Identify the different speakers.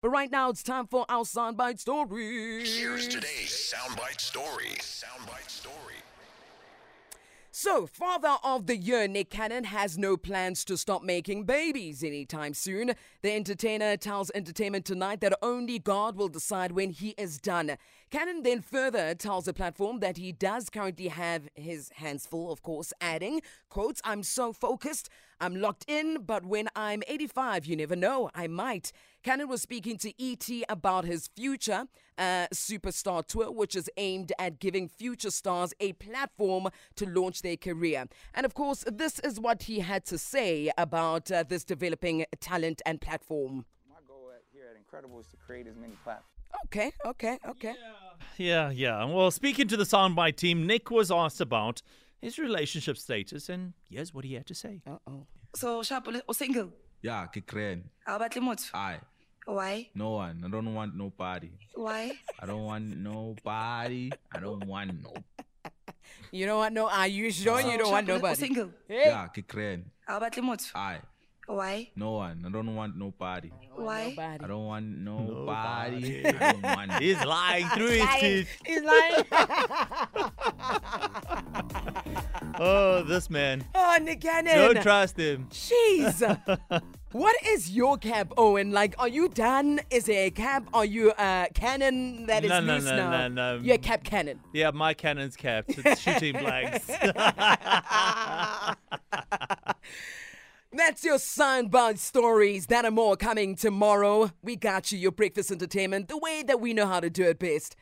Speaker 1: But right now it's time for our soundbite story.
Speaker 2: Here's today's soundbite story. Soundbite story.
Speaker 1: So, father of the year Nick Cannon has no plans to stop making babies anytime soon. The entertainer tells Entertainment Tonight that only God will decide when he is done. Cannon then further tells the platform that he does currently have his hands full, of course, adding, quotes, I'm so focused, I'm locked in, but when I'm 85, you never know, I might. Cannon was speaking to ET about his future uh, superstar tour, which is aimed at giving future stars a platform to launch their career. And of course, this is what he had to say about uh, this developing talent and platform.
Speaker 3: My goal at, here at Incredible is to create as many platforms.
Speaker 1: Okay, okay, okay.
Speaker 4: Yeah, yeah. Well, speaking to the soundbite team, Nick was asked about his relationship status, and here's what he had to say.
Speaker 1: Uh oh.
Speaker 5: So sharp o single.
Speaker 6: Yeah, ke grand.
Speaker 5: How about motho?
Speaker 6: I
Speaker 5: Why?
Speaker 6: no one. I don't want nobody.
Speaker 5: Why?
Speaker 6: I don't want nobody. I don't want no.
Speaker 1: You know what? No, are you sure you don't want
Speaker 5: Sharp o- o
Speaker 1: nobody?
Speaker 5: Single.
Speaker 6: Yeah, ke grand.
Speaker 5: How about motho?
Speaker 6: I
Speaker 5: Why?
Speaker 6: no one. I don't want nobody.
Speaker 5: Why?
Speaker 6: I
Speaker 1: Nobody.
Speaker 6: don't want nobody. I don't want.
Speaker 4: He's lying through his teeth.
Speaker 1: He's lying.
Speaker 4: Oh, this man.
Speaker 1: Oh, Nick Cannon.
Speaker 4: Don't trust him.
Speaker 1: Jeez. what is your cap, Owen? Like, are you done? Is there a cap? Are you uh, cannon that is
Speaker 4: No, no,
Speaker 1: loose
Speaker 4: no,
Speaker 1: now?
Speaker 4: no, no.
Speaker 1: You're a cap cannon.
Speaker 4: Yeah, my cannon's capped. It's shooting blanks.
Speaker 1: That's your soundbound stories. That and more coming tomorrow. We got you, your breakfast entertainment, the way that we know how to do it best.